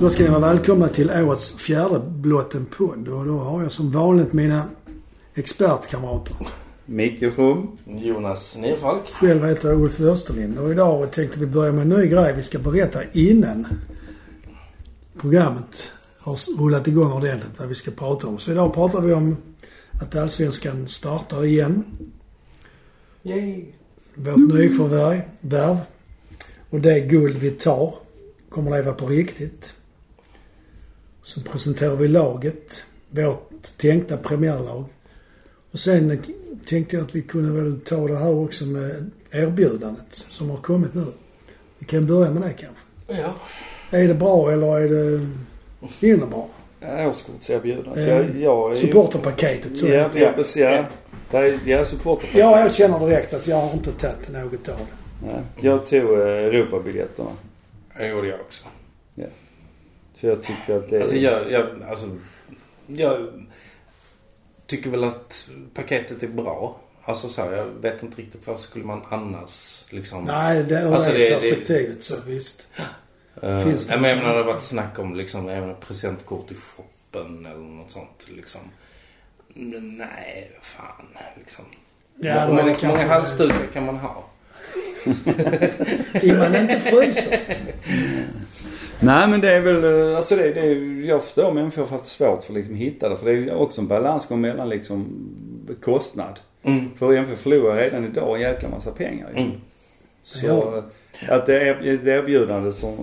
Då ska ni vara välkomna till årets fjärde Blått en pund. Och då har jag som vanligt mina expertkamrater. Micke From. Jonas Nerfalk. Själv heter jag Ulf Österlind och idag tänkte vi börja med en ny grej vi ska berätta innan programmet har rullat igång ordentligt vad vi ska prata om. Så idag pratar vi om att Allsvenskan startar igen. Yay. Vårt nyförvärv värv, och det guld vi tar kommer leva på riktigt. Så presenterar vi laget, vårt tänkta premiärlag. Och sen tänkte jag att vi kunde väl ta det här också med erbjudandet som har kommit nu. Vi kan börja med det kanske. Ja. Är det bra eller är det mindre bra? Ja, Årskortserbjudandet. Eh, Jag, jag är ju... Supporterpaketet så. Ja, ja, precis. Ja. Ja. Det är, ja, supporterpaket. Ja, jag känner direkt att jag har inte tagit något av det. Nej, Jag tog eh, Europabiljetterna. Det gjorde jag också. Så jag tycker att det är... Alltså jag, jag, alltså, jag tycker väl att paketet är bra. Alltså så här, jag vet inte riktigt vad skulle man annars liksom... Nej, det är Alltså, det, det- perspektivet så visst. Eh, Finns det- nej, men jag menar det har varit snack om liksom, jag menar, presentkort i shoppen eller något sånt liksom. Men Nej, fan liksom. Ja, Hur det många, kanske- många halsdukar kan man ha? Timman inte fryser. Nej men det är väl, eh, alltså det, det är, jag förstår människor har haft svårt för att liksom hitta det. För det är också en balansgång mellan liksom kostnad. Mm. För MFF förlorar redan idag en jäkla massa pengar ju. Mm. Så Ja. eh, att det är det erbjudandet som,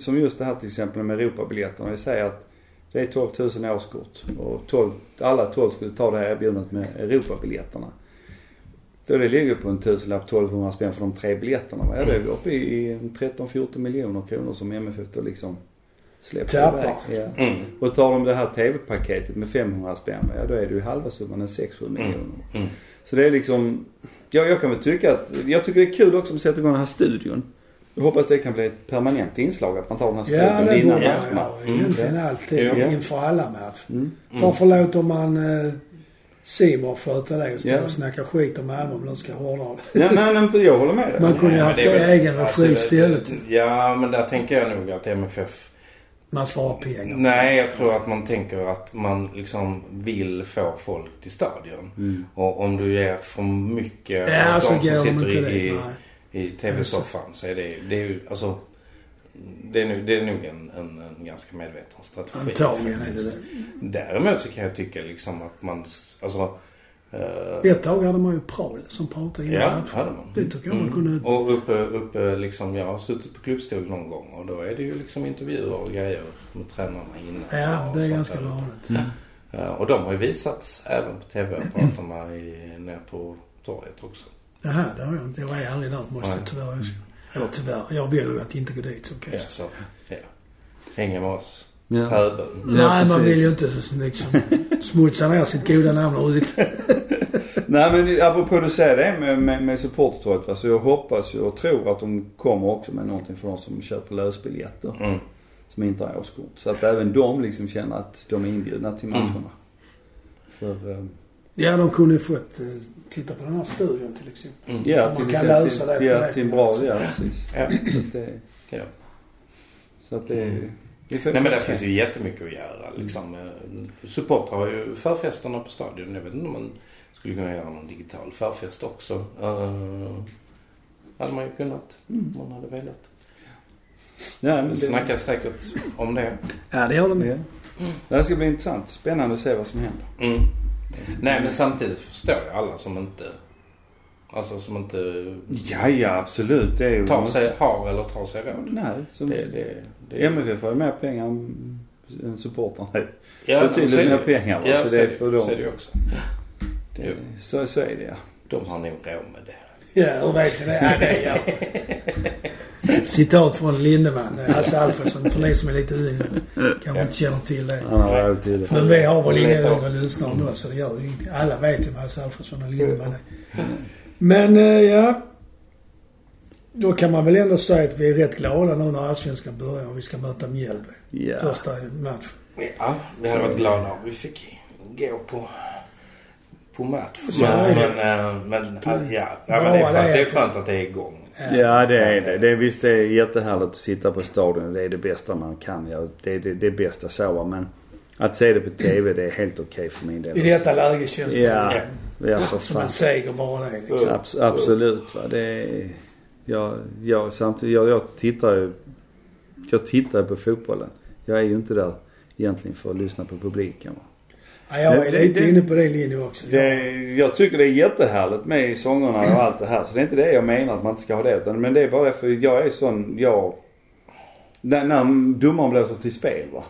som just det här till exempel med Europabiljetterna. Vi säger att det är 12 000 årskort och 12, alla 12 skulle ta det här erbjudandet med Europabiljetterna. Då det ligger på en tusenlapp, 1200 spänn för de tre biljetterna. va? Ja, då är vi uppe i 13-14 miljoner kronor som MFF då liksom släpper Tappar. Ja. Mm. Och tar de det här TV-paketet med 500 spänn, va? ja då är det ju halva summan, en 6-7 miljoner. Mm. Så det är liksom, ja, jag kan väl tycka att, jag tycker det är kul också att sätta igång den här studion. Jag hoppas det kan bli ett permanent inslag att man tar den här Ja, studion det innan borde matcherna. man ha. Egentligen alltid. Ja. Inför alla matcher. Varför låter man eh, Simon sköta det och stå Ja. och snacka skit om Malmö om de ska hårdare? Ja, nej, nej, men jag håller med dig. Man kunde ju Nej, haft men det är i väl- egen alltså, regi istället. Ja, men där tänker jag nog att MFF... Man sparar pengar. Nej, jag tror att man tänker att man liksom vill få folk till stadion. Och om du ger för mycket Mm. Ja, åt så de ger som de sitter inte i, det, i, i Alltså. TV-soffan så är det, det är ju alltså... Det är, nog- det är nog en, en, en ganska medveten strategi Antagligen är det faktiskt. Däremot så kan jag tycka liksom att man... Alltså... eh, Ett tag hade man ju Prahl som pratade innan Ja, Mm. matchen. hade man. Det tycker jag man kunde... Och uppe, uppe liksom, jag har suttit på klubbstol någon gång och då är det ju liksom intervjuer och grejer med tränarna innan. Ja, och det är sånt ganska där. vanligt. Eh, Och de har ju visats även på TV-apparaterna i- nere på torget också. Det här, det har jag inte. Jag är ärlig där måste jag tyvärr erkänna. Eller tyvärr, jag väljer att inte gå dit så kan Ja, jag så, ja. Hänga med oss. Ja. Pöbeln. Ja, Nej, man precis. vill ju inte så- liksom smutsa ner sitt goda namn och rykte. Nej men apropå du säger det med, med, med supportertorget va. Så jag hoppas ju och tror att de kommer också med någonting för de som köper lösbiljetter. Mm. Som inte har årskort. Så att även de liksom känner att de är inbjudna till matcherna. Mm. För, eh, Ja, de kunde ju fått eh, titta på den här studion till exempel. ja Man till, kan till, lösa det till, på ja, det till en bra, ja precis. Ja. Så att det, ja. så att det Mm. vi får- Nej men där finns ju jättemycket att göra liksom. Eh, Support har ju förfesterna på stadion. Jag vet inte om man skulle kunna göra någon digital förfest också. Uh, hade man ju kunnat. Om man hade velat. Ja, Mm. men Det det, Mm. snackas säkert om det. Ja, det gör de ja. Det här ska bli intressant. Spännande att se vad som händer. Mm. Nej men samtidigt förstår jag alla som inte... Alltså som inte Ja, ja absolut. Det är ju... tar sig, har eller tar sig råd. Nej. Som, Det, det, det, MFF har ju mer pengar än än supportrarna. Ja, men betydligt så är det mer ju. pengar, va? Ja, Så så, det är det, för dem. så är det ju också. Jo, Så, så är det ja. de har nog råd med det. Ja, hur vet du det? Ja, det gör de. Citat från Lindeman, eh, Hasse Alfredsson, för ni som är lite yngre kanske inte känner till det. Han har råd till det. Men vi har väl inga yngre lyssnare nu så det gör ju ingenting. Alla vet ju vad Hasse Alfredsson och Lindeman är. Men eh, ja. Då kan man väl ändå säga att vi är rätt glada nu när allsvenskan börjar och vi ska möta Mjällby. Ja. Första matchen. Ja, vi hade varit glada om vi fick gå på, på match. Ja, Men, ja. men, eh, men ja, ja, Ja, men det, är skönt, det är- det är skönt att det är igång Ja det är det. det är, visst det är jättehärligt att sitta på stadion. Det är det bästa man kan göra. Det är det, det bästa så va. Men att se det på TV det är helt okej för min del. I detta läge känns det Ja, ja för som fan. en seger bara det. Liksom. Abs- absolut va. Det är, jag, jag, samtidigt, jag, jag tittar ju jag tittar ju på fotbollen. Jag är ju inte där egentligen för att lyssna på publiken va. Ja, jag är Det- lite det- inne på den linjen också. Det, jag tycker det är jättehärligt med i sångerna och allt det här. Så det är inte det jag menar att man inte ska ha det. Utan, men det är bara det för jag är sån, jag... När, när domaren blåser till spel va.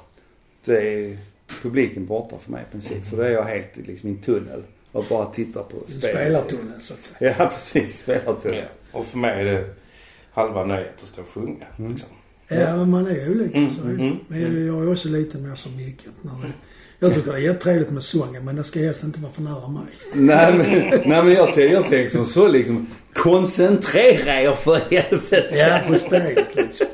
Det är publiken borta för mig i princip. För då är jag helt liksom i en tunnel och bara tittar på En spelet. spelartunnel så att säga. Ja precis, spelartunnel. Ja. Och för mig är det halva nöjet att stå och sjunga. Mm. Liksom. Ja, men man är olika. Mm, så. mm, Men jag, jag är också lite mer som Micke. när det- Jag tycker det är jättetrevligt med sången men det ska helst inte vara för nära mig. Nej men, nej, men jag, tänker, jag tänker som så liksom. Koncentrera er för helvete. Ja, på spelet liksom.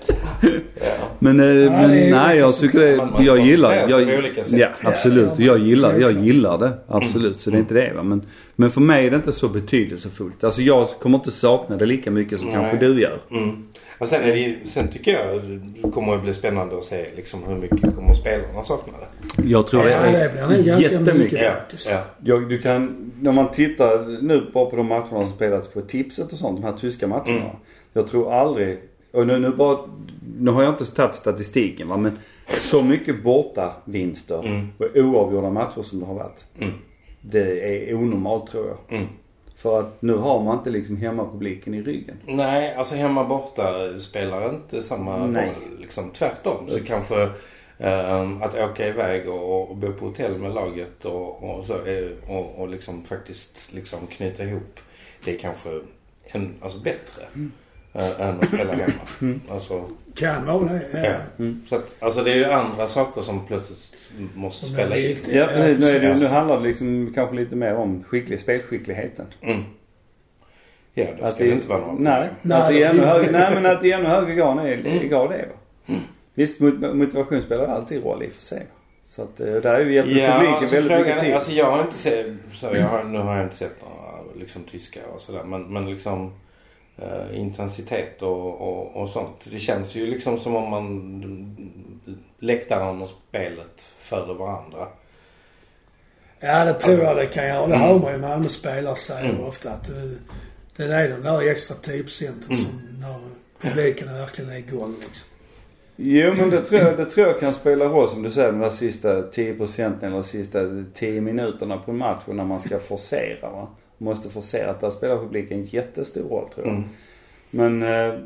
Men, eh, men det är nej, jag också- tycker det, Man- man jag kan gillar se jag, på olika sätt. Ja, Ja, absolut. ja, Jag man- gillar, jag självklart. gillar det. Absolut. Så det är inte det va. Men, men för mig är det inte så betydelsefullt. Alltså jag kommer inte sakna det lika mycket som Nej. kanske du gör. Mm. Och sen, är det, ju- sen tycker jag det kommer att bli spännande att se liksom, hur mycket kommer spelarna sakna det. Jag tror Ja, det blir nog ganska mycket faktiskt. Ja. Jag, du kan, när man tittar nu bara på de matcherna som spelats på tipset och sånt, de här tyska matcherna. Jag tror aldrig, och nu, nu bara, nu har jag inte tagit statistiken va, men så mycket borta vinster och oavgjorda matcher som det har varit. Det är onormalt tror jag. Mm. För att nu har man inte liksom hemmapubliken i ryggen. Nej, alltså hemma borta spelar inte samma Nej. roll. Liksom. Tvärtom så kanske ehm, att åka iväg och, och bo på hotell med laget och, och, så, är- och, och liksom faktiskt liksom knyta ihop. Det är kanske en, alltså bättre eh, än att spela hemma. Alltså, Kan vara det. ja. så att, alltså det är ju andra saker som plötsligt måste Som är spela in. viktigt. Ja, Ja, nu, nu, är det, precis. nu handlar det liksom kanske lite mer om skicklig, spelskickligheten. Mm. Ja, då Att ska det, inte vara Mm. några nej, Nej, att det det är ännu vill- högre, nej, men att det är ännu högre grad är, grad är va. Visst, mot- motivation spelar alltid roll i och för sig. Så att eh, där är ju hjälpt Ja, publiken alltså väldigt mycket frågan till. är, alltså jag har inte sett, så jag har, nu har jag inte sett några liksom tyskar och sådär men, men liksom eh, intensitet och, och, och sånt. Det känns ju liksom som om man läktaren och spelet föder varandra. Ja, det tror jag det kan göra. Det Mm. hör man ju Malmö spelare säger ofta att eh, det är de där extra 10 procenten Mm. som när publiken verkligen är igång liksom. Jo men det tror, jag, det tror jag kan spela roll som du säger de där sista 10 procenten eller sista 10 minuterna på matchen när man ska forcera va. Måste forcera. Där spelar publiken en jättestor roll tror jag. Mm. Men eh,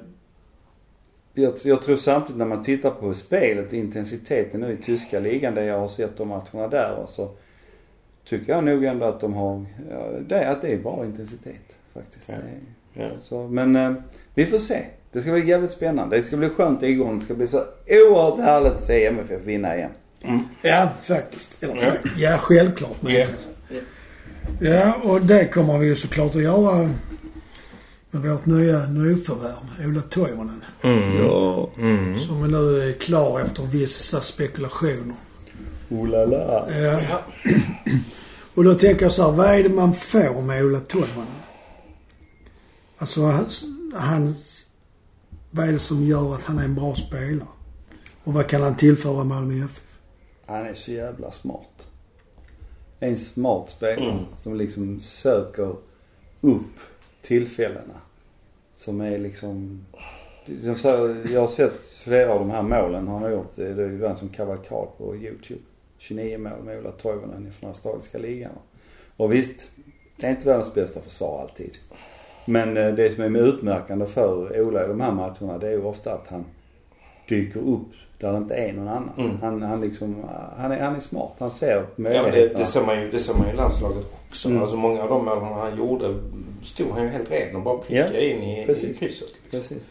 jag, jag tror samtidigt när man tittar på spelet och intensiteten nu i tyska ligan där jag har sett de matcherna där va, så tycker jag nog ändå att de har, ja, det, att det är bra intensitet faktiskt. Ja. Det är- Ja. så, men eh, vi får se. Det ska bli jävligt spännande. Det ska bli skönt igång. Det ska bli så oerhört härligt att se MFF vinna igen. Ja, faktiskt. Eller, fakt- ja, självklart. Men, Ja. ja, och det kommer vi ju såklart att göra med vårt nya nyförvärv, Ola Toivonen. Ja. Som är nu är klar efter vissa spekulationer. Oh la la. Ja. Och då tänker jag så här, vad är det man får med Ola Toivonen? Alltså, hans, hans... Vad är det som gör att han är en bra spelare? Och vad kan han tillföra Malmö FF? Han är så jävla smart. En smart spelare som liksom söker upp tillfällena. Som är liksom... Som så här, jag har sett flera av de här målen han har gjort. Det är ju en som kavalkad på Youtube. 29 mål med Ola Toivonen från australiska ligan. Och visst, det är inte världens bästa försvar alltid. Men eh, det som är utmärkande för Ola i de här matcherna det är ju ofta att han dyker upp där det inte är någon annan. Mm. Han, han, liksom, eh, han, är, han är smart. Han ser Ja, men det, det, möjligheterna. ser man ju, det ser man ju i landslaget också. Mm. Alltså många av de målen han gjorde stod han ju helt ren och bara prickade Ja, in i, i precis. krysset. Liksom. Precis.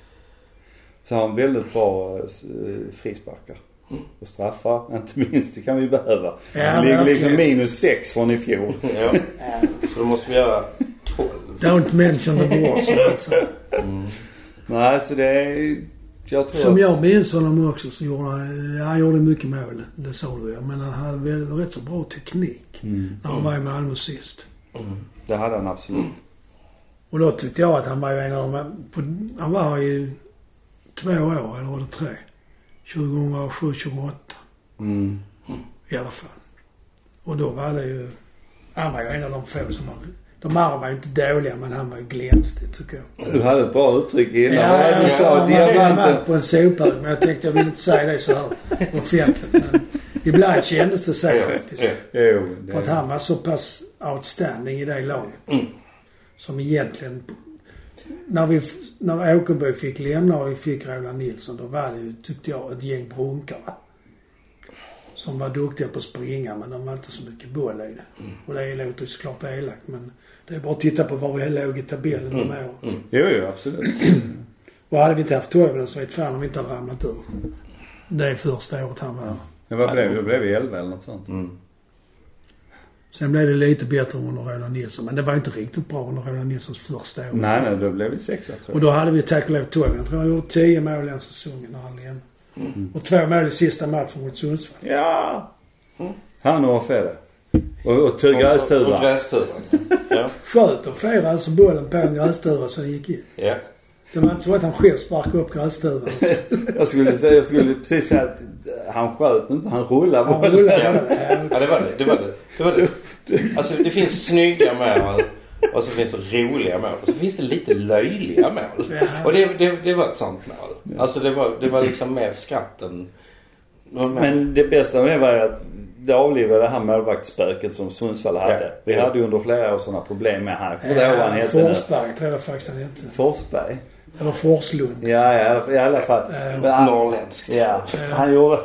Så har han väldigt bra eh, frisparkar. Mm. Och straffar, inte minst. Det kan vi behöva. Ja, Han ligger liksom verkligen. minus sex från i fjol. Ja. Så då måste vi göra 12. Don't mention the alltså. war, som han säger. Nej, så det är... Jag tror Som att- jag minns honom också så gjorde han, ja, han gjorde mycket mål. Det sa du ja. Men han hade väl rätt så bra teknik när han var i Malmö sist. Mm. Det hade han absolut. Och då tyckte jag att han var ju en av de... på- Han var ju två år, eller var det tre? 2007, 2008 Mm. i alla fall. Och då var det ju... Han var ju en av de få som var... De andra var ju inte dåliga, men han var ju glänstig tycker jag. Du hade ett bra uttryck innan. Ja, Ja, du jag sa sa man är diamanten. man på en sophög men jag tänkte jag vill inte säga det så här offentligt. Men ibland kändes det så faktiskt. Jo, det- För att han var så pass outstanding i det laget. Som egentligen... När, vi, när Åkerberg fick lämna och vi fick Roland Nilsson då var det ju, tyckte jag, ett gäng brunkare. Som var duktiga på att springa men de var inte så mycket boll i det. Och det låter ju såklart elakt men det är bara att titta på var vi låg i tabellen de åren. Jo, jo, absolut. Och hade vi inte haft Toivonen så vet fan om vi inte hade ramlat ur. Det är första året han var här. Men vad blev vi? Då blev vi 11 eller något sånt. Sen blev det lite bättre under Roland Nilsson. Men det var inte riktigt bra under Roland Nilssons första år. Nej, nej, då blev vi sexa tror Och jag. då hade vi tack och lov Toivonen. Jag tror han gjorde 10 mål den säsongen när han lämnade. Mm. Och två mål i sista matchen mot Sundsvall. Ja! Han och Fede. Och, och tur Och, och grästuva. grästuvan. ja. Sköt och firade alltså bollen på en grässtuva så den gick in. ja. Det var inte så att han själv sparkade upp grässtuvan. Jag skulle, säga- jag skulle precis säga att han sköt inte, han rullade Han bollen. rullade den. Ja, Ja, det var det. Det var det. det, var det. Alltså, det finns snygga mål och så finns det roliga mål och så finns det lite löjliga mål. Ja. Och det, det, det var ett sånt mål. Alltså det var, det var liksom mer skratt än... det var mer- Men det bästa med det var ju att det avlivade det här målvaktsspöket som Sundsvall hade. Ja. Vi hade ju under flera år sådana problem med han. Jag kommer inte ihåg vad han Ja, hette nu. Äh, Forsberg tror jag faktiskt han hette. Forsberg? Eller Forslund. Ja, ja, i alla- i alla fall. Eh, Men han- norrländskt. Ja, han gjorde,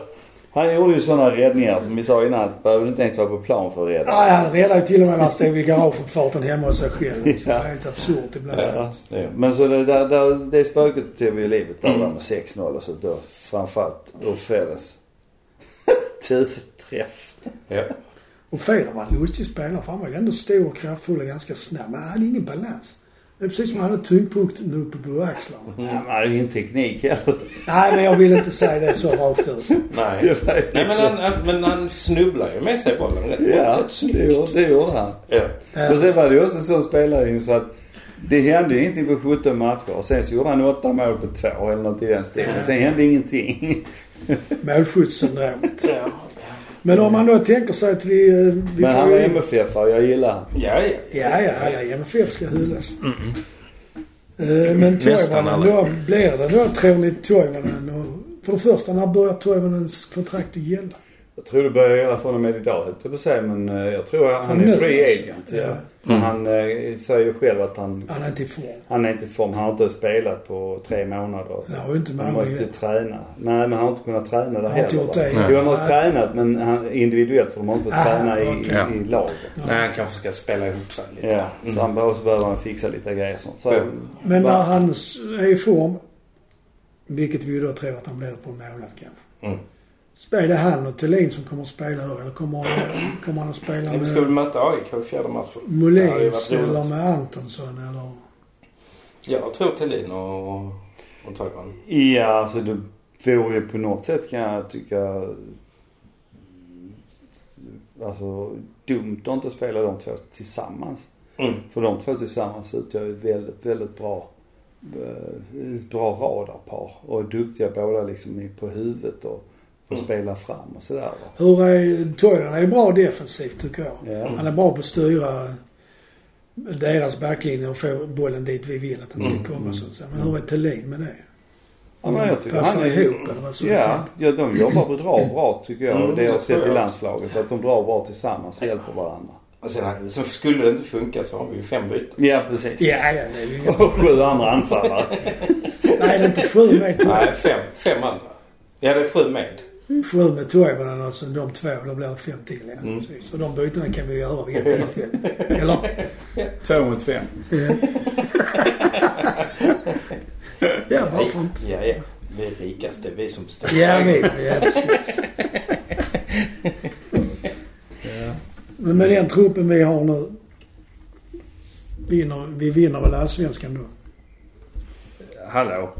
han gjorde ju sådana räddningar som vi sa innan. att Behövde inte ens vara på plan för att rädda. Nej, han räddade ju till och med när han stod vid garageuppfarten hemma hos sig själv. Så det Ja. var helt absurt ibland. Ja. det är- Men så det, där, där, det spöket tog vi ju livet av där med 6-0 och så då framförallt ur Fedes träff. Ja. Och Federer var en lustig spelare för han var ju ändå stor och kraftfull och ganska snabb. Men han hade ingen balans. Det är precis som han hade tyngdpunkten uppe på axlarna. Mm. Han hade ju ingen teknik heller. Nej, men jag vill inte säga det så rakt ut. Nej. Det var ju Nej men, liksom- han, han, men han snubblar ju med sig bollen rätt Ja, rätt det snyggt. gjorde, det gjorde han. Ja. Ja. Och sen var det ju också en sån spelare ju så att det hände ju ingenting på 17 matcher. Och sen så gjorde han 8 mål på 2 eller något i den stilen. Sen hände ingenting. Målskyttssyndromet. Ja. Men om man då tänker sig att vi... eh, vi Men han får var ju- MFF och jag gillar han. Ja, ja. Ja, ja, alla i MFF ska hyllas. Eh, Men Nästan Toivonen, alla. då blir det då tror ni Toivonen och... För det första, när börjar Toivonens kontrakt att gälla? Jag tror det börjar gälla från och med idag höll jag på att säga. Men eh, jag tror att han Från är nu, free alltså. agent. Ja. Ja. Men han eh, säger ju själv att han, Han är inte i form. han är inte i form. Han har inte spelat på tre månader. Det har ju inte Han Malmö måste gjort. träna. Nej men han har inte kunnat träna där har inte heller. gjort va? det. Jo han har Nej. tränat men han, individuellt för de har inte fått Ah, träna i, okej. Ja. i, i laget. Nej, han kanske ska spela ihop sig lite. Ja, så han behöver, så behöver han fixa lite grejer och sånt. Så, Ja. Men Va- när han s- är i form, vilket vi då tror att han blir på en månad kanske. Mm. Spelar det han och Thelin som kommer att spela då? Eller kommer han, kommer han att spela Men vi ska väl med möta AIK i fjärde matchen. Det hade ju varit Molins roligt. eller med Antonsson eller? Jag tror Thelin och, och, och Toivonen. Ja, alltså det vore ju på något sätt kan jag tycka alltså dumt att inte spela de två tillsammans. Mm. För de två tillsammans utgör ju väldigt, väldigt bra eh, ett bra radarpar och är duktiga båda liksom i- på huvudet och, och spelar fram och sådär va. Hur är, Toivonen är bra defensivt tycker jag. Ja. Han är bra på att styra deras backlinje och få bollen dit vi vill att den ska komma så att säga. Men hur är Thelin med det? Ja, men jag tycker Mm, Passar han är... ihop eller vad som Ja, ja, de jobbar bra, bra tycker jag. Mm, det jag det har tror sett jag i också. landslaget. Att de drar bra tillsammans och hjälper varandra. Och sen, sen skulle det inte funka så har vi ju fem byten. Ja, precis. Ja, ja, det är ju inget. Och sju andra anfallare. Nej, det är inte sju med Nej, fem, fem andra. Ja, det är sju med. Sju med Toivonen och sen alltså, de två, då blir det fem till. Ja, precis. Och de bytena kan vi ju göra vid ett tillfälle. Eller? Två mot fem. Ja, varför inte? Ja, ja. Vi är rikast. Det är vi som bestämmer. Ja, vi. Ja, precis. Men med den truppen vi har nu. Vinner, vi vinner väl allsvenskan då? Hallå.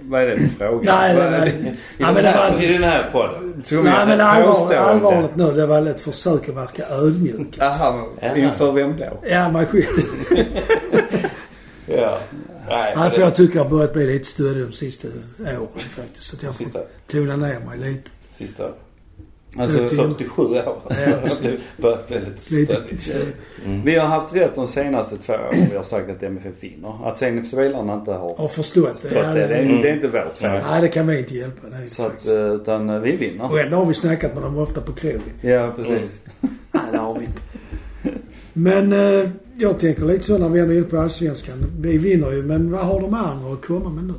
Vad är det för fråga? Nej, Vad nej, är nej. I, Ja, men den det här, var, I den här podden. det? Tror nej, jag- men allvar, Påstående. allvarligt nu. Det var ett försök att verka ödmjuk. Aha, inför vem då? Ja, mig själv. Nej, Nej, det- för jag tycker jag har börjat bli lite stöddig de sista åren faktiskt. Så att jag Titta. får tona ner mig lite. Sista Alltså, Fyrtio. 47 år. Det börjar bli lite Lite. stödigt. vi har haft rätt de senaste två åren vi har sagt att MFF vinner. Att sen spelarna inte har Har förstått det. förstått Ja, det, det, det. är- det är inte vårt fel. Nej. Nej, det kan vi inte hjälpa. Nej, Så att, faktiskt. eh, utan eh, vi vinner. Och ändå har vi snackat med dem ofta på krogen. Ja, precis. Nej, det har vi inte. Men eh, jag tänker lite så när vi ändå är inne på Allsvenskan. Vi vinner ju, men vad har de andra att komma med nu?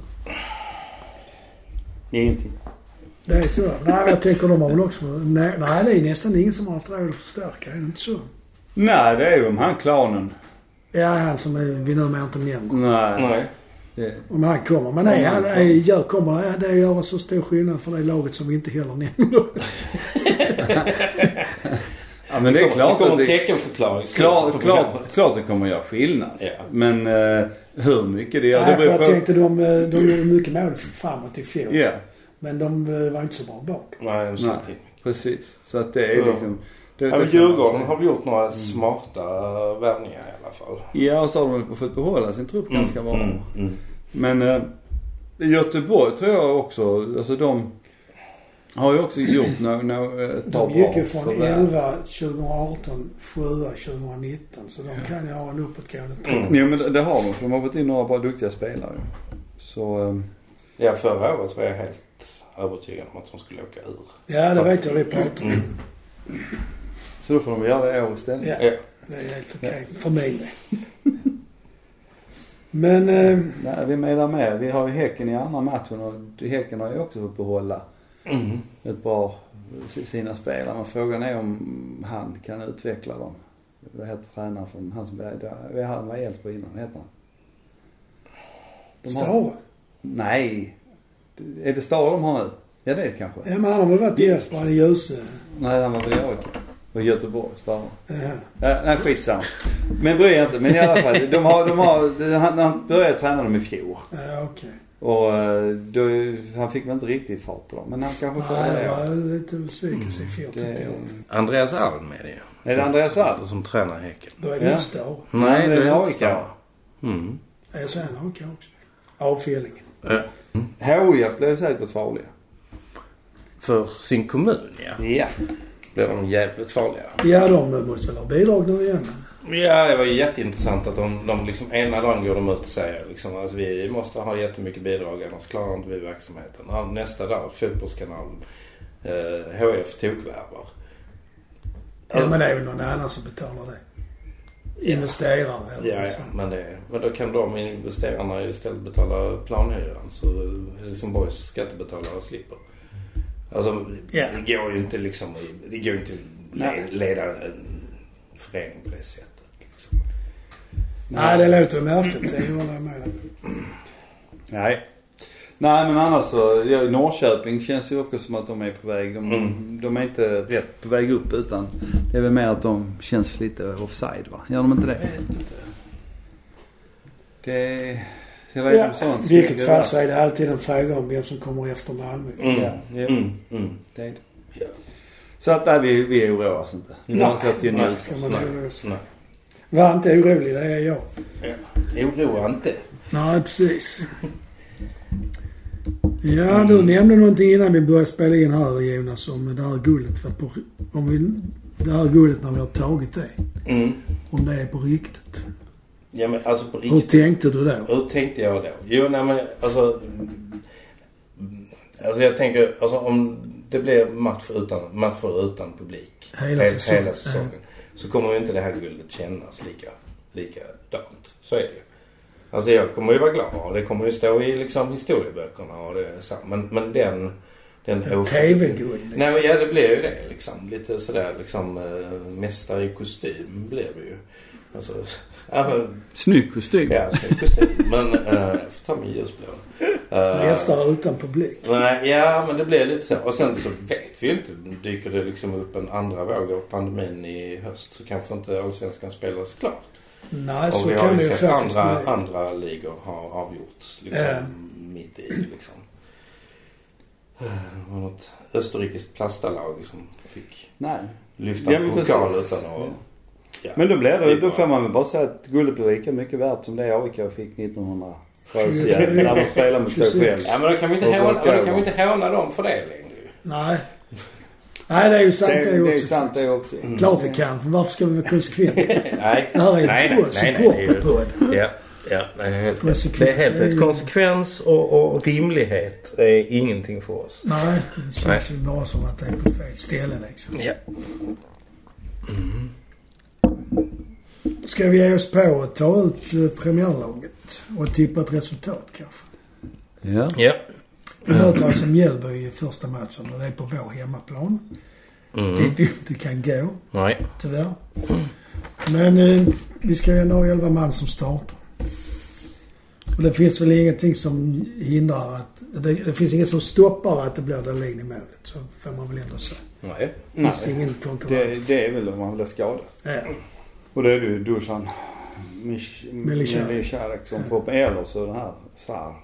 Ingenting. Det är så. Nej, men jag tänker de har väl också... Nej, nej, det är nästan ingen som har haft råd att förstärka. Är det inte så? Nej, det är ju om han clownen. Ja, han som eh, vi numera inte nämner. Nej. Nej. Det- Om han kommer. Men nej, han är, gör, kommer ja, det att göra så stor skillnad för det laget som vi inte heller nämner. Ja, men det är klart det att kommer det... teckenförklaring. Klart, klart, klart det kommer göra skillnad. Ja. Men eh, hur mycket det gör, nej, det för jag beror på... tänkte de, eh, de gjorde mycket mål framåt i fjol. Ja, Men de eh, var inte så bra bak. Nej, de nej, släppte in. precis. Så att det är Ja. liksom... Det, Ja, det men får man Djurgården säga. har väl gjort några Mm. smarta värvningar i alla fall. Ja, och så har de väl fått behålla sin trupp ganska bra. Mm, mm. Men eh, Göteborg tror jag också, alltså de har ju också gjort no, no, ett par De gick bra ju från förvärv. 11 2018, 7 2019. Så de kan ju ha en uppåtgående trend. Jo men det, det har de, för de har fått in några bra duktiga spelare. Så... Eh, Ja, förra året var jag helt övertygad om att de skulle åka ur. Ja, det vet jag vi pratar om. Så då får de göra det i år istället. Ja, Ja. det är helt okej. För mig med. Men eh, Nej, vi menar med. Vi har ju Häcken i andra matchen och Häcken har ju också fått behålla Mm. ett bra sina spelare. Men frågan är om han kan utveckla dem. Vad heter tränaren från han som började? Han var i Elfsborg innan. Vad heter han? De har- Stare. Nej. Är det Stare de har nu? Ja det är det kanske. Ja, men han har väl varit i Elfsborg, han är ljuse. Nej, han var väl i AIK. Och Göteborg, Stare. Ja. Äh, nej, skitsamma. Men bryr jag inte. Men i alla fall. De har, de har, han, han började träna dem i fjol. Ja, okej. Och eh, då, han fick väl inte riktigt fart på dem. Men han kanske får Nej, det. det ja. var lite besvikelse i fjol Det är- tyckte jag. Andreas Alm är det ju. Är det Andreas Alm? Som tränar Häcken. Då är Ja. det Stare. Nej, det är inte AIK. Star. Mm. Är så han AIK också? Avfällingen. Eh, HIF blev säkert farliga. För sin kommun, ja. Ja. Blev de jävligt farliga. Ja, de eh, måste väl ha bidrag nu igen. Ja, det var ju jätteintressant att de, de liksom ena dagen går de ut och säger liksom att vi måste ha jättemycket bidrag annars klarar inte vi verksamheten. Ja, Nästa dag, fotbollskanal, eh, HF tokvärvar. Ja, men det är väl någon annan som betalar det. Investerare Ja, eller ja, så. men, det, men då kan de investerarna istället betala planhyran så eh, Helsingborgs skattebetalare slipper. Alltså, Ja. det går ju inte liksom, det går ju inte att Nej. le- leda en förening på det sättet. Liksom. Nej, det låter ju märkligt. Det håller jag med om. Nej. Nej men annars så, ja, Norrköping känns ju också som att de är på väg. De, Mm. de är inte rätt på väg upp utan det är väl mer att de känns lite offside va? Gör de inte det? Det... Hela Ja, ja, sånt. i vilket fall så är det alltid en fråga om vem som kommer efter Malmö. Mm. Ja, ja. Mm. Mm. Det är det. Ja. Så att nej, vi, vi oroar oss inte. Vi har sett ju nej. nu. Ska man Nej. oroa sig? Nej. Var inte orolig, det är jag. Ja. Oroa inte. Nej, precis. Ja, du nämnde någonting innan vi började spela in här Jonas om det här guldet. var på- Om vi, det här guldet när vi har tagit det. Mm. Om det är på riktigt. Ja, men alltså på Hur riktigt. tänkte du då? Hur tänkte jag då? Jo, nej men alltså... Alltså jag tänker, alltså om det blir match utan, matcher utan publik Hela he- säsongen. hela säsongen så kommer ju inte det här guldet kännas lika, likadant. Så är det ju. Alltså jag kommer ju vara glad och det kommer ju stå i liksom historieböckerna och det, så, men, men den... den TV-guld. liksom. Nej men ja det blev ju det liksom. Lite sådär liksom äh, mästare i kostym blev det ju. Alltså, ja, men, Snygg kostym. Ja, snygg kostym. Men eh, jag får ta min ljusblå. Eh, Mästare utan publik. Nej, ja, men det blir lite så. Och sen så vet vi ju inte. Dyker det liksom upp en andra våg av pandemin i höst så kanske inte Allsvenskan spelas klart. Nej, Och så vi har kan det ju ju sett faktiskt andra, bli. andra ligor har avgjorts liksom, Ja. mitt i. Liksom. Eh, Det var något österrikiskt plastalag som fick Nej. lyfta Ja, en men pokal precis. utan att... Ja. Men då blir Det det, är då bra. får man väl bara säga att guldet blir lika mycket värt som det AIK fick 1900. För att säga, när de spelar mot sig 26. själv. Ja, men då kan vi inte, Och håna, rocka då kan vi över. inte håna dem för det längre. ju. Nej. Nej, det är ju sant Det, det, är- det är också. Mm. sant det också. Klart vi kan, för varför ska vi vara konsekventa? Nej, Det här är en supporterpodd. Ja, ja, det är helt rätt. Konsekvens Det är helt är ju- rätt. Konsekvens och, och rimlighet är ingenting för oss. Nej, det känns ju bara som att det är på fel ställe liksom. Ja. Ska vi ge oss på att ta ut eh, premiärlaget och tippa ett resultat kanske? Ja. ja. Vi Mm. möter alltså Mjällby i första matchen och det är på vår hemmaplan. Mm. Dit vi inte kan gå, Nej. tyvärr. Men eh, vi ska ju ändå ha elva man som startar. Och det finns väl ingenting som hindrar att... Det, det finns inget som stoppar att det blir Dahlin i målet. Så får man väl ändå säga. Nej. Det Nej, finns ingen konkurrens. det, det är väl om man blir skadad. Ja. Och då är det ju Dusan Mich- Milicharik. Milicharik som får upp eller så den här Sarr.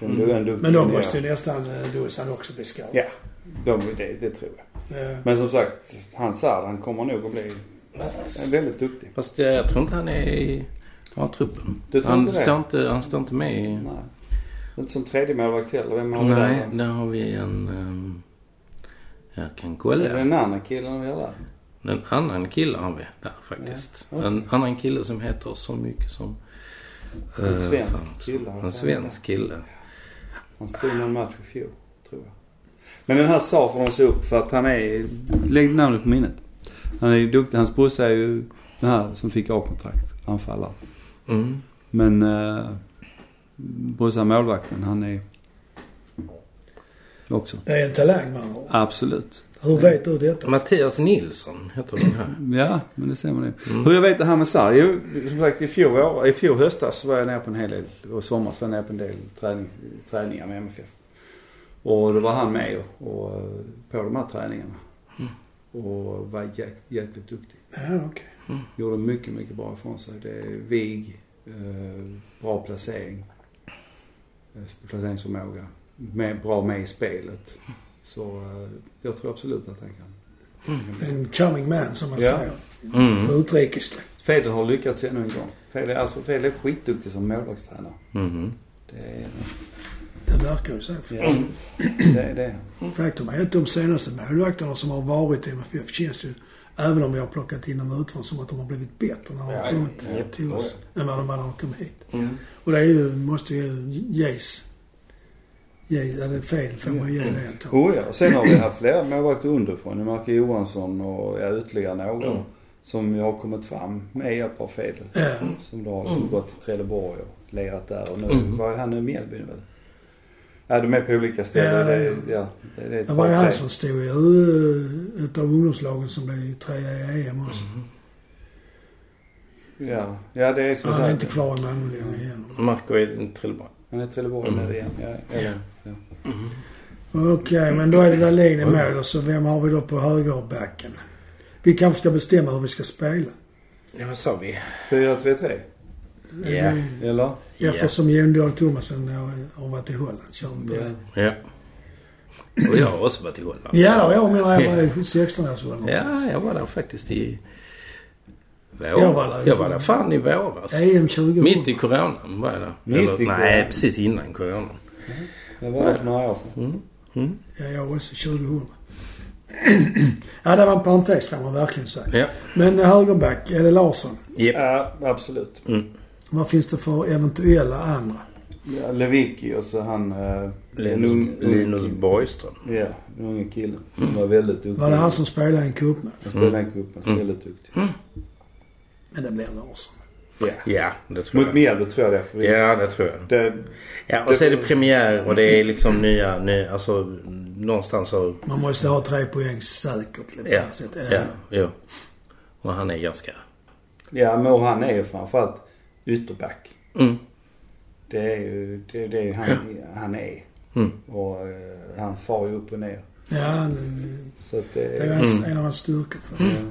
Den mm. en duktig Men då ner. måste ju nästan eh, Dusan också bli skadad. Ja, de, det, det tror jag. Eh, Men som sagt, han Sarr han kommer nog att bli Fast, en väldigt duktig. fast jag, jag tror inte han är i A-truppen. Du tror Han, inte det? står inte, han står inte med i... Nej. Inte som tredje målvakt heller. Vem har vi Nej, där? där har vi en... ehm, jag kan Är det kolla. den andra killen vi har där? En annan kille har vi där faktiskt. En annan kille som heter så mycket som... En eh, svensk fan, kille. En svensk kille. Han stod någon match i fjol, tror jag. Men den här Sarr får de se upp för att han är... Lägg namnet på minnet. Han är ju duktig. Hans brorsa är ju den här som fick A-kontrakt. Anfallare. Mm. Men eh, brorsan målvakten, han är också. Det är en talang man har. Absolut. Hur vet du detta? Mattias Nilsson heter den här. Ja, men det stämmer det. Hur jag vet det här med sarg? Jo, som sagt i fjol, vår- i fjol höstas så var jag nere på en hel del och i somras var jag nere på en del träning, träningar med MFF. Och då var han med och, och, eh, på de här träningarna. Och var jäk, jäkligt duktig. Ja, okej. Gjorde mycket, mycket bra ifrån sig. Det är vig, eh, bra placering, eh, placeringsförmåga. Med, bra med i spelet. Så eh, jag tror absolut att han kan. En coming man som man Ja. säger. På Mm. utrikiska. Fedel har lyckats ännu en gång. Fedel, alltså Fedel är skitduktig som målvaktstränare. Mhm. Det är Det verkar ju så. ja, det. Är det. Faktum är att de senaste målvakterna som har varit i MFF känns ju, även om vi har plockat in dem utifrån, som att de har blivit bättre när de har Ja, kommit ja, till ja. oss än vad de var när de kom hit. Mm. Och det är ju, måste ju ges. Ge, är det fel får man ge det ett tag. Oh ja, och sen har vi haft flera målvakter underifrån. Marke Johansson och ja, ytterligare några. Mm. Som ju har kommit fram med hjälp av Fedel. Ja. Som då har Mm. gått till Trelleborg och lirat där. Och nu, Mm. var är han nu i Mjällby nu? Ja, de är på olika ställen. Ja. Det, är- ja, det, det är ett Det var ju par- han som stod i hu- ett av ungdomslagen som blev trea i E EM också. Mm. Ja, ja det är som Han är sagt- inte kvar i Malmö längre heller. Marco är Trelleborg. Han är i Trelleborg Mm. nu igen. Ja, ja. Ja. Okej, men då är det Dahlin i mål och så vem har vi då på högerbacken? Vi kanske ska bestämma hur vi ska spela. Ja, vad sa vi? 4-3-3, Ja. eller? Eftersom Jon Dahl Tomasen har- har varit i Holland kör vi på Ja. det. Ja. Och jag har också varit i Holland. Ja, då, jag menar jag var i 16-årsåldern. Ja, jag var där faktiskt i... Vår. Jag var där. jag var där fan i våras. EM 2000. Mitt i coronan var jag där. Mitt i coronan? nej, precis innan coronan. Det var det för några år sedan. Ja, jag också 2000. ja, det var en parentes kan man verkligen säga. Ja. Men eh, högerback, är det Larsson? Japp. Ja, absolut. Mm. Vad finns det för eventuella andra? Ja, Lewicki och så han... eh, Linus, en ung- Linus Mm. Borgström. Ja, den unge killen. Som var väldigt duktig. Var det han som spelade i en cupmatch? Han Mm. spelade en cupen. så Väldigt duktig. Men det blir Larsson. Ja. Ja, det tror Mot jag. Mjällby tror jag det. För Ja, det tror jag. det, Ja, och så är det premiär och det är liksom nya, nya alltså någonstans så... Man måste ha tre poäng säkert. eller på Ja, något sätt. ja, jo. Och han är ganska... ja, men och han är ju framförallt ytterback. Mm. Det är ju det, är- det är ju han, han är. Mm. Och eh, han far ju upp och ner. Ja, han- Så att det det är är... hans, Mm. en av hans styrkor. faktiskt.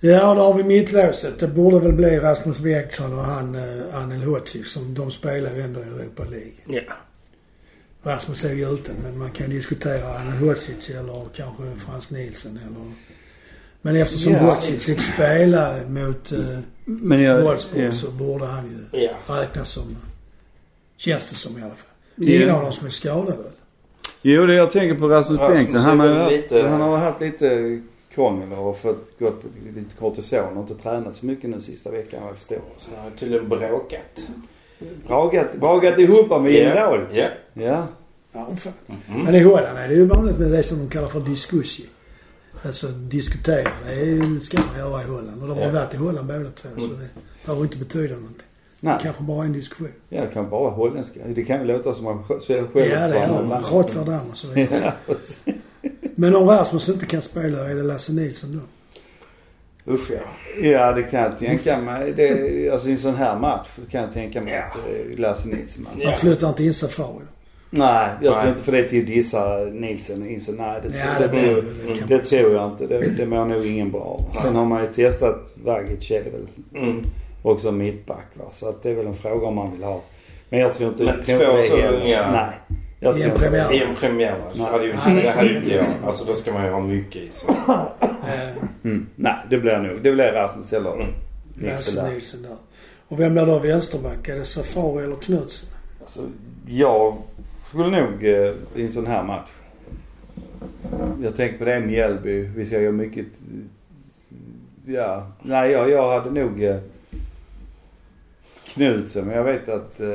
Ja, och då har vi mittlåset. Det borde väl bli Rasmus Bengtsson och han eh, Anel Hodzic som de spelar ju ändå i Europa League. Ja. Rasmus är ju ute, men man kan diskutera Anel Hodzic eller kanske Frans Nielsen eller Men eftersom Ja. Watchit fick spela mot eh, Men jag... Wolfsburg ja. så borde han ju Ja. räknas som... Känns det som i alla fall. Det är ingen Ja. av dem som är skadad väl? Jo, det jag tänker på Rasmus Rasmus Bengtsson. Han, har ju är väl haft- lite- han har haft lite krångel och fått gått på lite kortison och inte tränat så mycket nu sista veckan vad jag förstår. Så han har tydligen bråkat. Bragat, bragat ihop med Jimmy Ja. Ja. Ja, fan. Men i Holland är det ju vanligt med det som de kallar för diskussi. Alltså diskutera, det är- ska man göra i Holland. Och de har Ja. Mm. varit i Holland båda två så det behöver inte betyda någonting. Nej. Kanske bara en diskussion. Ja, det kan vara holländska. Det kan ju låta som man sj- själv ja, det är man. Rottweiler damm och så vidare. Men om Rasmus inte kan spela, är det Lasse Nilsson då? Usch ja. Ja, det kan jag tänka mig. Det, alltså i en sån här match kan jag tänka mig Ja. att eh, Lasse Nilsson. man- Ja. Han flyttar inte in Safari då? Nej, jag tror Nej. inte för det till dissa Nilsson. Nilsson nej, det, Ja, det, det tror jag. det, Det kan det man säga. tror jag inte. Det, det mår nog ingen bra av. Sen har man ju testat Vagic är det väl Mm. också mittback va. Så att det är väl en fråga om man vill ha. Men jag tror inte... Men jag tror inte två det så heller. unga- Nej. Jag I tror en inte det. premiär. I en premiär alltså. Nej. Hade ju inte, Nej. det hade ju inte jag. Alltså då ska man ju ha mycket i sig. Eh, Mm. Nej, det blir nog. Det blir Rasmus eller Mm. Nilsson Lasse där. Nilsson där. Och vem blir då vänsterback? Är det Safari eller Knutsen? Alltså, jag skulle nog eh, i en sån här match. Jag tänker på det Mjällby. Vi ska göra mycket... Ja. Nej, jag, jag hade nog eh, Knutsen. Men jag vet att... Eh,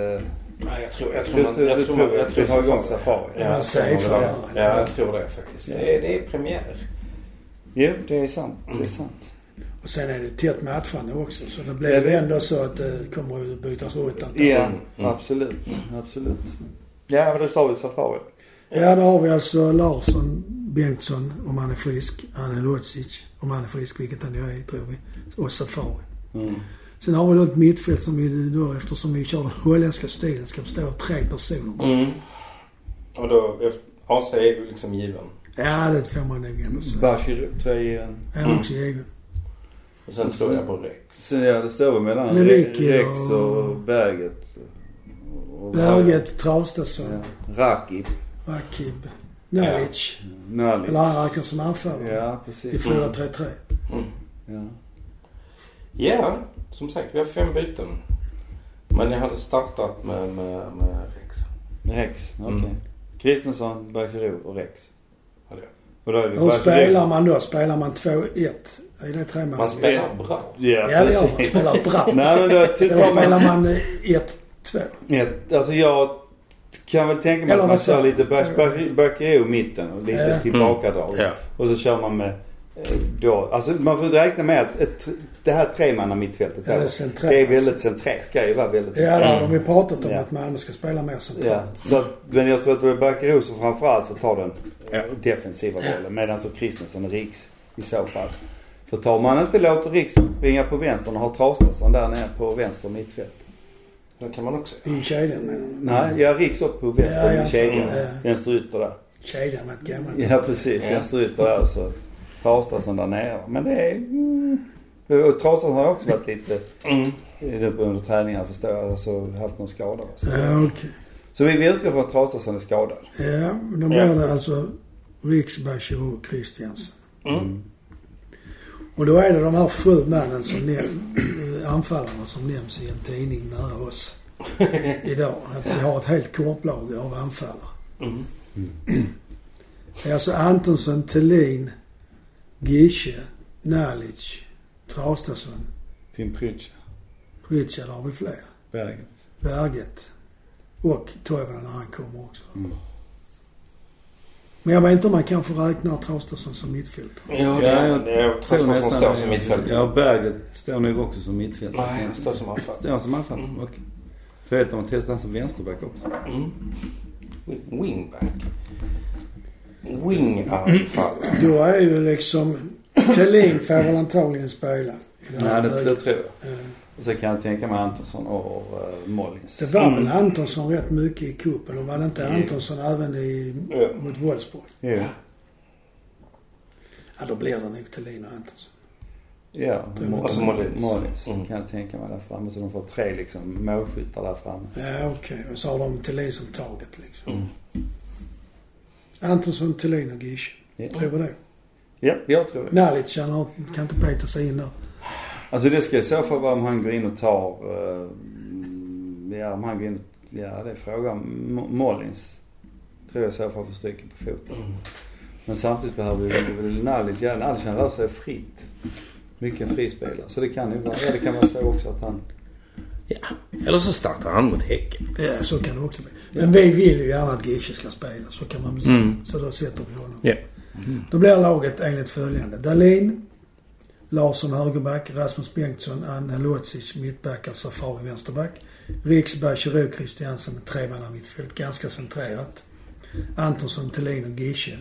Nej, jag tror, jag Du- tror man... du- Jag du tror, tror- jag du tror tar igång Safari. Safari. Ja, Man jag säger tror det. Safari. Ja, jag tror det faktiskt. Det är, det är premiär. jo, det är sant. Det är sant. Och sen är det tätt matchande också. Så det Ja, blir det- ju ändå så att det kommer att bytas runt antal. Ja, Mm. absolut. Absolut. Ja, men då sa vi Safari. Ja, då har vi alltså Larsson, Bengtsson om han är frisk. Anne Lucic om han är frisk, vilket han ju är tror vi. Och Safari. Mm. Sen har vi då ett mittfält som vi då, eftersom vi kör den holländska stilen, ska bestå av tre personer. Mm. Och då... AC är ju liksom given. Ja, det får man nog ändå säga. Bashir tröjan. Är Mm. också given. Och sen står jag på Rex. Sen ja, det står väl mellan Lyriker Rex och och- Berget. Och- Berget, Ja. Traustason, Rakip. Rakib, Nalic. Nalic. Eller han räknas som anfallare Ja, i precis. 4-3-3. Ja. Ja, som sagt vi har fem byten. Men jag hade startat med, med, med Rex. Rex, okej. Mm. Kristensson, Bergerud och Rex. Hade jag. Och då är det Hur Bergerud. spelar man då? Spelar man 2-1? Är det tre Man mål? spelar bra. Ja, Ja, det gör man. Man precis. spelar bra. Nej men då Eller tittar spelar man... man eh, 1-2? Ett, alltså jag kan väl tänka mig Eller att man vad sa- kör lite Bergerud i mitten och lite Ja. tillbakadrag. Ja. Och så kör man med eh, då, alltså man får räkna med att ett, det här tremannamittfältet Ja, det är då, centralt. det är väldigt centrerat. Ska ju vara väldigt Ja, centrerat. det har vi pratat om Mm. Ja. att Malmö ska spela mer centralt. Ja, så att, men jag tror att det är Berkerud som framförallt får ta den Ja. defensiva bollen. Medan då Kristensen och Riks i så fall. För tar man inte låter Riks springa på vänstern och har Traustason där nere på vänster mittfält. Då kan man också... I kedjan menar du? Nej, jag Riks upp på Ja, vänster ja, i kedjan. ja. Vänster ytter där. Kedjan var ett gammalt. Ja precis, Ja. vänster ytter där och så Traustason där nere. Men det är... Mm, och Traustason har också varit lite Mm. nu på under träningarna förstår jag. Alltså haft någon skada. Så, Ja, okej. så vi vi utgår från att Traustason är skadad. Ja, men då blir det alltså Riksberger och Christiansen. Mm. Och då är det de här sju männen som näm- eh, anfallarna som nämns i en tidning nära oss idag. Att vi har ett helt korplag av anfallare. Mm. Det är alltså Antonsson, Thelin, Gische, Nalic, Traustason, Tim Prytz, Pritchard har vi fler. Bergen. Berget. Och Toivonen när han kommer också. Mm. Men jag vet inte om man kanske räknar Traustason som mittfältare. Ja, det är, det är Traustason som står som mittfältare. Ja, Berget står nog också som mittfältare. Nej, han står som anfallare. Står som anfallare? Mm. Okej. För vet man testar han som vänsterback också. Mm. Wingback. Winganfallare. Då är ju liksom... Thelin får väl antagligen spela. i det här Nej, det, det läget. tror jag. Eh, Och så kan jag tänka mig Antonsson och uh, Mollins. Det var väl Mm. Antonsson rätt mycket i cupen och var det inte Antonsson även i, Ja. mot Wolfsburg? Jo. Ja, då blir det nog Thelin och Antonsson. Ja. var- Och så Molins. Mollins Mm. kan jag tänka mig där framme. Så de får tre liksom målskyttar där framme. Ja, okej. Och så har de Thelin som taget liksom. Mm. Antonsson, Thelin och Gish. Ja. Prova det. Ja, jag tror det. Nalic, han har- kan inte peta sig in där. Alltså det ska i så fall vara om han går in och tar... eh, ja, om han går in och... Ja, det är frågan. M- Mollins tror jag i så fall får stryka på foten. Mm. Men samtidigt behöver vi vi vill Nalic göra... Nalic han rör sig fritt. Mycket frispelare. Så det kan ju vara... Ja, det kan man säga också att han... Ja. Eller så startar han mot Häcken. Ja, så kan det också bli. Men vi vill ju gärna att Giesche ska spela, så kan man väl säga. Mm. Så då sätter vi honom. Ja. Då blir laget enligt följande. Dahlin, Larsson högerback, Rasmus Bengtsson, Anne Lucic mittbackar, Safari vänsterback. Riksberg, Cherou, Christiansen med tremannamittfält. Ganska centrerat. Antonsson, Thelin och Giesche.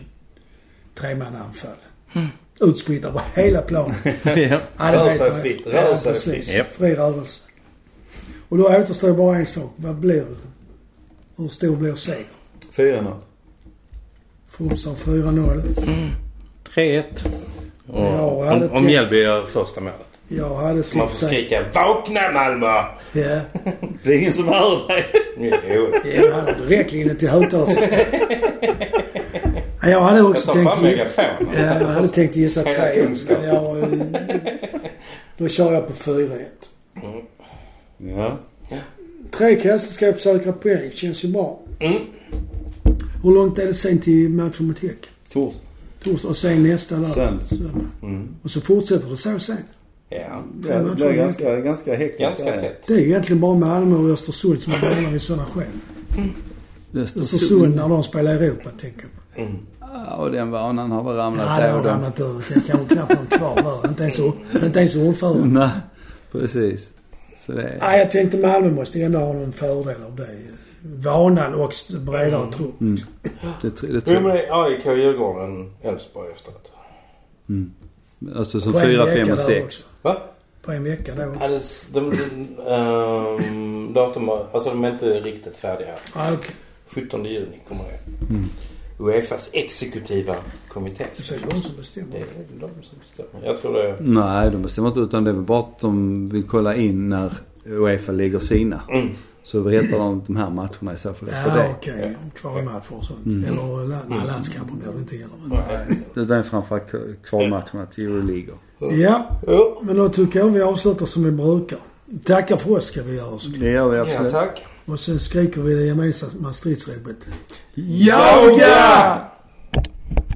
Tremannaanfall. Mm. Utspritt över hela planen. ja. Ja, det Rör vet sig man. fritt, rör Ja, sig precis. fritt. Japp. Fri rörelse. Och då återstår bara en sak. Vad blir... Hur stor blir segern? 4-0. Froms har 4-0. 3-1. Och Ja, jag hade Oh, om om tänkt- Mjällby gör första målet. Jag hade Så man får skrika Vakna Malmö! Ja. Det är ingen som hör dig. Jo. Ja, han hade räcklinjen till högtalarsystemet. Ja, Jag hade också Jag tar tänkt fram gissa... megafonen. Ja, jag hade tänkt gissa Hela tre. kunskapen. men jag, eh, Då kör jag på 4-1. Ja. Tre kassaskåp säkra poäng. Känns ju bra. Mm. Hur långt är det sen till matchen mot Häcken? Torsdag. Torsdag och sen nästa lördag. Söndag. Söndag. Mm. Och så fortsätter det så sen. Ja. Ja, det blir ganska, ganska hektiskt. Ganska där. tätt. Det är ju egentligen bara Malmö och Östersund som är vana vid sådana skäl. Östersund när de spelar i Europa, tänker jag på. Ja, och den vanan har väl ramlat Ja, det där har och då. ramlat ur. Det är kanske knappt någon kvar där. Inte ens, inte ens ordförande. Nej, precis. Så det är... Nej, jag tänkte Malmö måste ju ändå ha någon fördel av det. Vanan och st- bredare Mm. trupp. Det, tr- det, Jo men tror det är AIK, Djurgården, Elfsborg efteråt. jag. Alltså som På en fyra, vecka fem och där sex. också. Va? På en vecka då. Ja, det- de, de, ehm, datum, har- alltså de är inte riktigt färdiga. Ja, Ah, okej. 17 juni kommer det. Uefas exekutiva kommitté. Så är det de som bestämmer. Det är väl de som bestämmer. Jag tror det. Nej, de bestämmer inte utan det är väl bara att de vill kolla in när Uefa ligger sina. Mm. Så berättar de de här matcherna i så fall efter Ja, det. Mm. okej. Kvalmatcher och sånt. Eller eh, la- nej, landskamper blir det inte heller. men- Det blir framförallt kvalmatcherna till Euroligor. Ja, Ja. men då tycker jag vi avslutar som vi brukar. Tackar för oss ska vi göra såklart. Det gör vi Ja, absolut. tack. Och sen skriker vi det gemensamma stridsropet. Yoga!